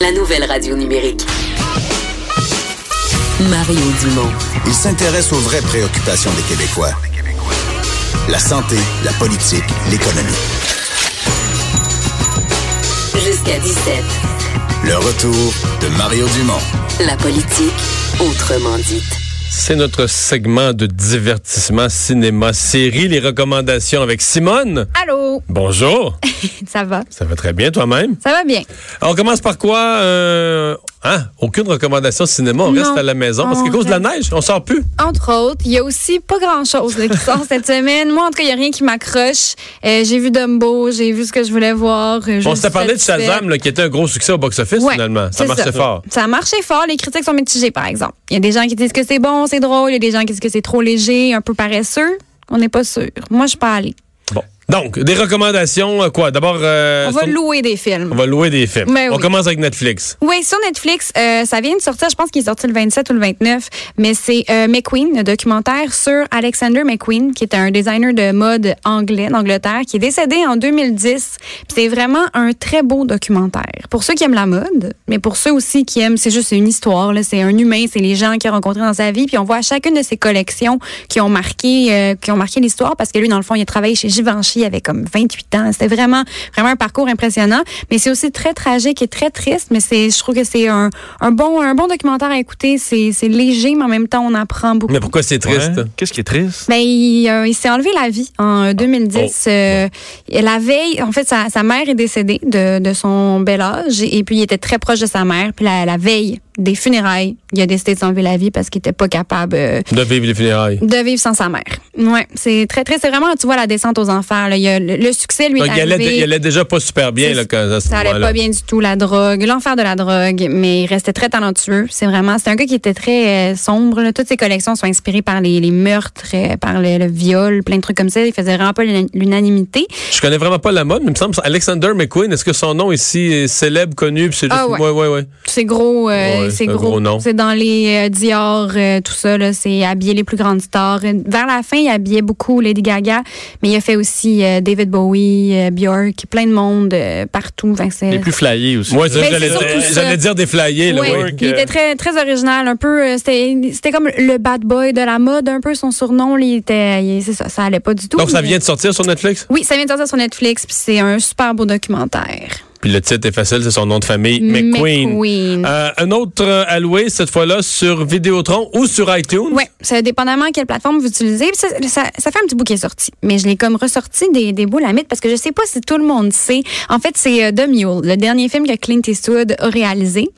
La nouvelle radio numérique. Mario Dumont. Il s'intéresse aux vraies préoccupations des Québécois. La santé, la politique, l'économie. Jusqu'à 17. Le retour de Mario Dumont. La politique autrement dite. C'est notre segment de divertissement cinéma série, les recommandations avec Simone. Allô, Bonjour. ça va? Ça va très bien toi-même. Ça va bien. Alors, On commence par quoi euh, hein, aucune recommandation cinéma, on Non. reste à la maison parce On qu'à cause de la reste- neige, on sort plus. Entre autres, il y a aussi pas grand-chose là, qui sort cette semaine. Moi, en tout cas, il n'y a rien qui m'accroche. Euh, j'ai vu Dumbo, j'ai vu ce que je voulais voir. euh, je on suis s'était parlé de satisfaite. Shazam là, qui était un gros succès au box-office Ouais, finalement. Ça c'est marchait fort. Ça marchait fort. Les critiques sont mitigées, par exemple. Il y a des gens qui disent que c'est bon, c'est drôle. Il y a des gens qui disent que c'est trop léger, un peu paresseux. On n'est pas sûr. Moi, je suis pas allée. Bon. Donc, des recommandations euh, quoi D'abord euh, On va sur- louer des films. on va louer des films. Mais On oui. commence avec Netflix. Oui, sur Netflix, euh, ça vient de sortir, je pense qu'il est sorti le 27 ou le 29, mais c'est euh, McQueen, un documentaire sur Alexander McQueen, qui est un designer de mode anglais d'Angleterre, qui est décédé en 2010. Puis C'est vraiment un très beau documentaire. Pour ceux qui aiment la mode, mais pour ceux aussi qui aiment, c'est juste une histoire, là, c'est un humain, c'est les gens qu'il a rencontrés dans sa vie, puis on voit chacune de ses collections qui ont marqué, euh, qui ont marqué l'histoire, parce que lui, dans le fond, il a travaillé chez Givenchy, il avait comme 28 ans. C'était vraiment, vraiment un parcours impressionnant, mais c'est aussi très tragique et très triste. Mais c'est, je trouve que c'est un, un bon, un bon documentaire à écouter. C'est, c'est léger, mais en même temps, on apprend beaucoup. Mais pourquoi c'est triste Ouais. Qu'est-ce qui est triste? Ben, il, euh, il s'est enlevé la vie en euh, 2010. Oh. Euh, et la veille, en fait, sa, sa mère est décédée de, de son bel âge et puis il était très proche de sa mère. Puis la, la veille des funérailles, il a décidé de s'enlever la vie parce qu'il était pas capable euh, de vivre les funérailles de vivre sans sa mère. Ouais, c'est très très c'est vraiment tu vois la descente aux enfers là, il y a le, le succès lui Donc, est il allait, arrivé. il allait déjà pas super bien C'est- là, quand, à ce ça allait moment-là. pas bien du tout la drogue, l'enfer de la drogue, mais il restait très talentueux. C'est vraiment c'est un gars qui était très euh, sombre, là. toutes ses collections sont inspirées par les, les meurtres, euh, par le, le viol, plein de trucs comme ça, il faisait vraiment pas l'una- l'unanimité. Je connais vraiment pas la mode, mais il me semble que c'est Alexander McQueen, est-ce que son nom ici est euh, célèbre, connu, puis c'est juste Ah ouais. ouais ouais ouais. C'est gros, euh, Ouais, c'est un gros. gros nom. c'est dans les euh, Dior, euh, tout ça. là, C'est habiller les plus grandes stars. Euh, Vers la fin, il habillait beaucoup Lady Gaga, mais il a fait aussi euh, David Bowie, euh, Bjork, plein de monde euh, partout. Enfin, c'est- Les plus flyés aussi. Moi, c'est- Mais j'allais c'est surtout dire, ça. j'allais dire des flyers, là, Ouais, oui. Il était très, très original, un peu. euh, C'était c'était comme le bad boy de la mode, un peu son surnom. là, il était, il- c'est ça, ça allait pas du tout. Donc, ça mais- vient de sortir sur Netflix? Oui, ça vient de sortir sur Netflix, puis c'est un super beau documentaire. Puis le titre est facile, c'est son nom de famille, McQueen. Mm, McQueen. Euh, un autre euh, à louer, cette fois-là, sur Vidéotron ou sur iTunes. Oui, ça dépendamment quelle plateforme vous utilisez. Puis Ça, ça, ça fait un petit bout qui est sorti. Mais je l'ai comme ressorti des, des boules à mythes parce que je sais pas si tout le monde sait. En fait, c'est euh, The Mule, le dernier film que Clint Eastwood a réalisé.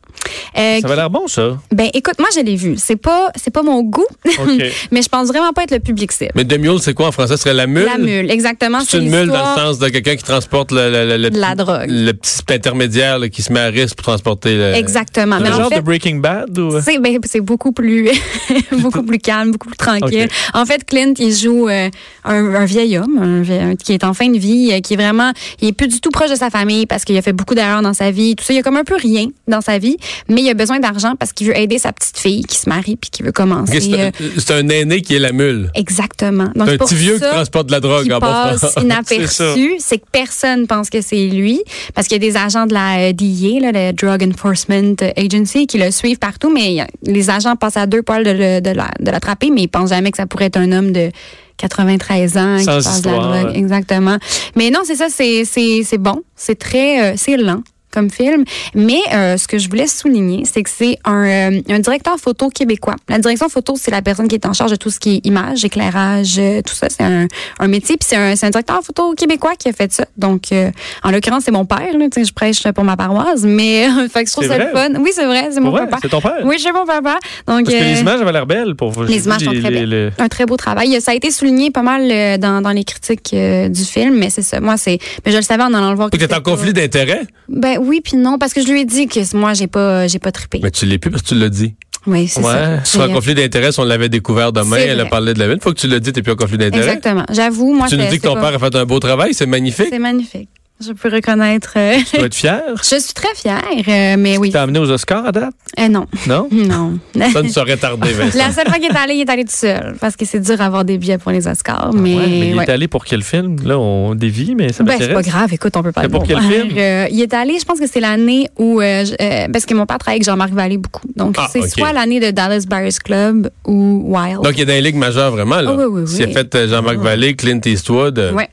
Euh, Ça va l'air bon, ça. ben écoute, moi je l'ai vu. C'est pas c'est pas mon goût, OK. mais je pense vraiment pas être le public cible. Mais demi c'est quoi en français? Ce serait la mule? La mule, exactement. C'est une mule dans l'histoire le sens de quelqu'un qui transporte le, le- le- le de la petit- drogue. le petit intermédiaire là, qui se met à risque pour transporter euh, le... Exactement. Le Mais en genre de fait, Breaking Bad ou. euh? c'est ben, c'est beaucoup plus beaucoup plus calme, beaucoup plus tranquille. Ok. En fait, Clint, il joue euh, un, un vieil homme un vie- un- qui est en fin de vie, euh, qui est vraiment, il est plus du tout proche de sa famille parce qu'il a fait beaucoup d'erreurs dans sa vie. Tout ça, il a comme un peu rien dans sa vie, mais il a besoin d'argent parce qu'il veut aider sa petite fille qui se marie puis qui veut Ok, commencer. C'est euh, un- c'est un aîné qui est la mule. exactement. Donc C'est un pour petit vieux ça, qui transporte de la drogue qui en bon passe français. ça. inaperçu, c'est que personne pense que c'est lui, parce qu'il y a des agents de la euh, DEA, là, le Drug Enforcement Agency, qui le suivent partout, mais euh, les agents passent à deux poils de, le- de la- de l'attraper, mais ils pensent jamais que ça pourrait être un homme de 93 ans qui Sans passe de la histoire, drogue. ouais. Exactement. Mais non, c'est ça, c'est- c'est c'est bon, c'est très, euh, c'est lent comme film. Mais euh, ce que je voulais souligner, c'est que c'est un, euh, un directeur photo québécois. La direction photo, c'est la personne qui est en charge de tout ce qui est image, éclairage, euh, tout ça. C'est un, un métier. Puis c'est un, c'est un directeur photo québécois qui a fait ça. Donc, euh, en l'occurrence, c'est mon père. Là, Tu sais, je prêche là, pour ma paroisse. Mais fait que je trouve C'est ça le vrai? fun. Oui, c'est vrai. C'est Pour mon vrai? papa. C'est ton père? Oui, c'est mon papa. Donc, Parce que euh, les images avaient l'air belles pour vous. les images sont très belles. un très beau travail. Ça a été souligné pas mal euh, dans, dans les critiques euh, du film, mais c'est ça. Moi, c'est. Mais je le savais en allant le voir. Fait que T'es en c'était pas- conflit d'intérêt, Ben oui, puis non, parce que je lui ai dit que moi, j'ai pas, euh, j'ai pas trippé. mais tu l'es plus parce que tu l'as dit. Oui, c'est Ouais. ça. euh, Tu seras en C'est- conflit d'intérêt si on l'avait découvert demain, C'est elle a vrai. parlé de la ville. Faut que tu l'as dit, t'es plus en conflit d'intérêt. Exactement. J'avoue, moi, tu nous c'est- dis que ton c'est pas- père a fait un beau travail, c'est magnifique. C'est magnifique. Je peux reconnaître. euh, Tu dois être fier. je suis très fière, euh, mais oui. T'as amené aux Oscars à date? Euh, non, Non? non. Ça ne serait tardé, Vincent. La seule fois qu'il est allé, il est allé tout seul. Parce que c'est dur d'avoir des billets pour les Ah Oscars. Mais, Ouais, mais il ouais. est allé pour quel film? Là, on dévie, mais ça Ben, c'est pas m'intéresse. grave, écoute, on peut pas C'est le pour quel voir. film? Euh, il est allé, je pense que c'est l'année où. euh, je- euh, parce que mon père travaille avec Jean-Marc Vallée beaucoup. Donc, Ah, c'est ok. soit l'année de Dallas Buyers Club ou Wild. Donc, il est dans les ligues majeures, vraiment. Là. Ah oui, oui, oui. C'est fait euh, Jean-Marc Vallée, Clint Eastwood. euh, Ouais.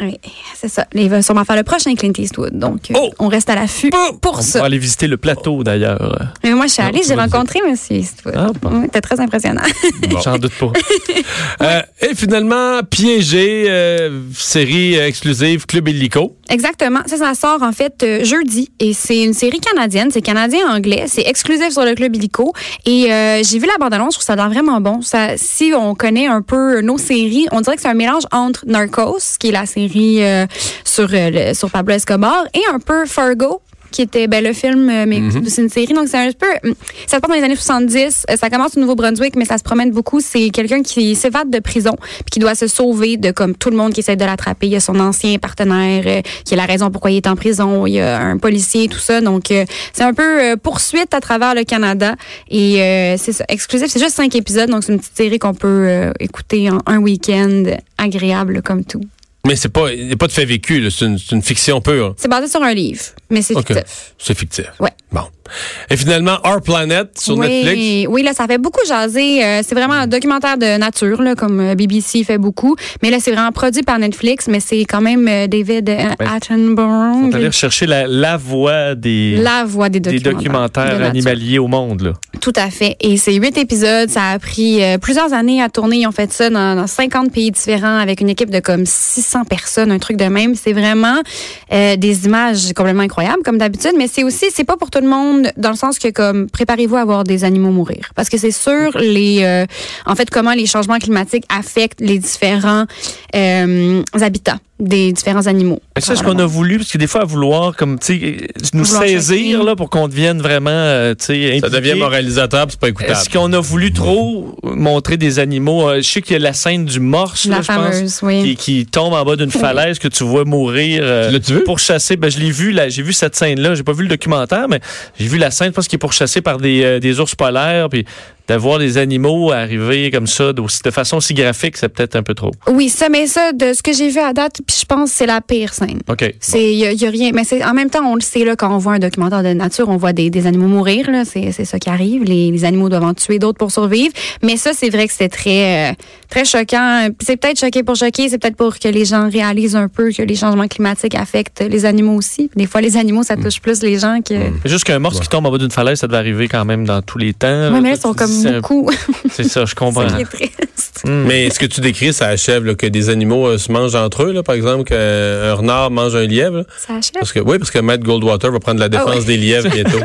Oui, c'est ça. Il va sûrement faire le prochain Clint Eastwood. Donc, euh, Oh! on reste à l'affût pour On ça. va aller visiter le plateau, d'ailleurs. Mais moi, je suis Non, allée, tu j'ai vas le dire. rencontré M. Eastwood. Ah, bon. Oui, C'était très impressionnant. Bon. J'en doute pas. Euh, et finalement, Piégé, euh, série exclusive Club Illico. Exactement. Ça, ça sort en fait euh, jeudi et c'est une série canadienne. C'est canadien-anglais. C'est exclusif sur le club illico. Et euh, j'ai vu la bande-annonce, je trouve ça a l'air vraiment bon. Ça, si on connaît un peu nos séries, on dirait que c'est un mélange entre Narcos, qui est la série euh, sur, euh, le- sur Pablo Escobar, et un peu Fargo qui était ben, le film, euh, mais c'est une série, donc c'est un peu... mm, Ça se passe dans les années 70, euh, ça commence au Nouveau-Brunswick, mais ça se promène beaucoup. C'est quelqu'un qui s'évade de prison, puis qui doit se sauver de comme tout le monde qui essaie de l'attraper. Il y a son ancien partenaire, euh, qui est la raison pourquoi il est en prison, il y a un policier, tout ça. Donc, euh, c'est un peu euh, poursuite à travers le Canada, et euh, c'est ça, exclusif. C'est juste cinq épisodes, donc c'est une petite série qu'on peut euh, écouter en un week-end, agréable comme tout. Mais c'est pas, il n'y a pas de fait vécu, là, c'est une, c'est une fiction pure. C'est basé sur un livre, mais c'est Ok. fictif. C'est fictif. Ouais. Bon. Et finalement, Our Planet sur oui, Netflix. Oui, là, ça fait beaucoup jaser. Euh, c'est vraiment un documentaire de nature, là, comme euh, BBC fait beaucoup. Mais là, c'est vraiment produit par Netflix, mais c'est quand même euh, David euh, On Attenborough. va aller rechercher la, la voix des, La voix des des documentaires. de documentaires nature. animaliers au monde. Là. Tout à fait. Et c'est huit épisodes. Ça a pris euh, plusieurs années à tourner. Ils ont fait ça dans, dans 50 pays différents avec une équipe de comme 600 personnes, un truc de même. C'est vraiment euh, des images complètement incroyables, comme d'habitude. Mais c'est aussi, c'est pas pour tout le monde dans le sens que comme préparez-vous à voir des animaux mourir, parce que c'est sûr les, euh, en fait, comment les changements climatiques affectent les différents euh, habitats des différents animaux. Mais ça, ce qu'on a voulu, parce que des fois, à vouloir comme, tu sais, nous Vouloir saisir choquer. là, pour qu'on devienne vraiment euh, tu sais, Ça devient impliqué. moralisateur, puis c'est pas écoutable. Est-ce qu'on a voulu trop montrer des animaux? Euh, Je sais qu'il y a la scène du morse, La là, je pense, fameuse, oui. qui, qui tombe en bas d'une falaise que tu vois mourir. euh, Tu l'as-tu vu? Pourchassé. Ben, je l'ai vu, là, j'ai vu cette scène-là. J'ai pas vu le documentaire, mais j'ai vu la scène, je pense qu'il est pourchassé par des, euh, des ours polaires. Puis d'avoir des animaux arriver comme ça, d'aussi- de façon si graphique, c'est peut-être un peu trop. Oui, ça, mais ça, de ce que j'ai vu à date, puis je pense que c'est la pire scène. OK. C'est y a, y a rien, mais c'est en même temps on le sait là quand on voit un documentaire de nature, on voit des, des animaux mourir là, c'est c'est ça qui arrive. Les, les animaux doivent en tuer d'autres pour survivre. Mais ça c'est vrai que c'était très euh, très choquant. Puis C'est peut-être choqué pour choquer, c'est peut-être pour que les gens réalisent un peu que les changements climatiques affectent les animaux aussi. Des fois les animaux Mm. ça touche plus les gens que. Juste qu'un morse qui tombe en bas d'une falaise, ça devait arriver quand même dans tous les temps. Oui, mais là ils Tu sont dis, comme Ah, c'est un- beaucoup. C'est ça, je C'est comprends. ça qui est triste. Hmm. Mais ce que tu décris, ça achève là, que des animaux euh, se mangent entre eux, là, par exemple, qu'un renard mange un lièvre. là. Ça achève. Parce que, oui, parce que Matt Goldwater va prendre la défense Ah ouais. des lièvres bientôt.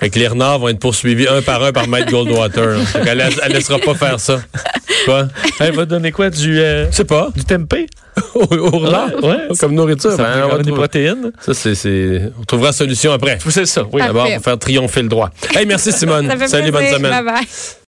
fait que les renards vont être poursuivis un par un par Matt Goldwater. Fait qu'elle la- elle laissera pas faire ça. Quoi? Elle va donner quoi? Du, euh, Je sais pas. du tempeh? Au, au renard? Ah, Ouais, ouais. Comme nourriture. Ça Ben, fait on va quand même des trouver- protéines. Ça, c'est, c'est- On trouvera solution après. C'est ça, oui. D'abord, Parfait. pour faire triompher le droit. Hey, merci Simone. Ça fait Salut, plaisir. bonne semaine. Bye bye.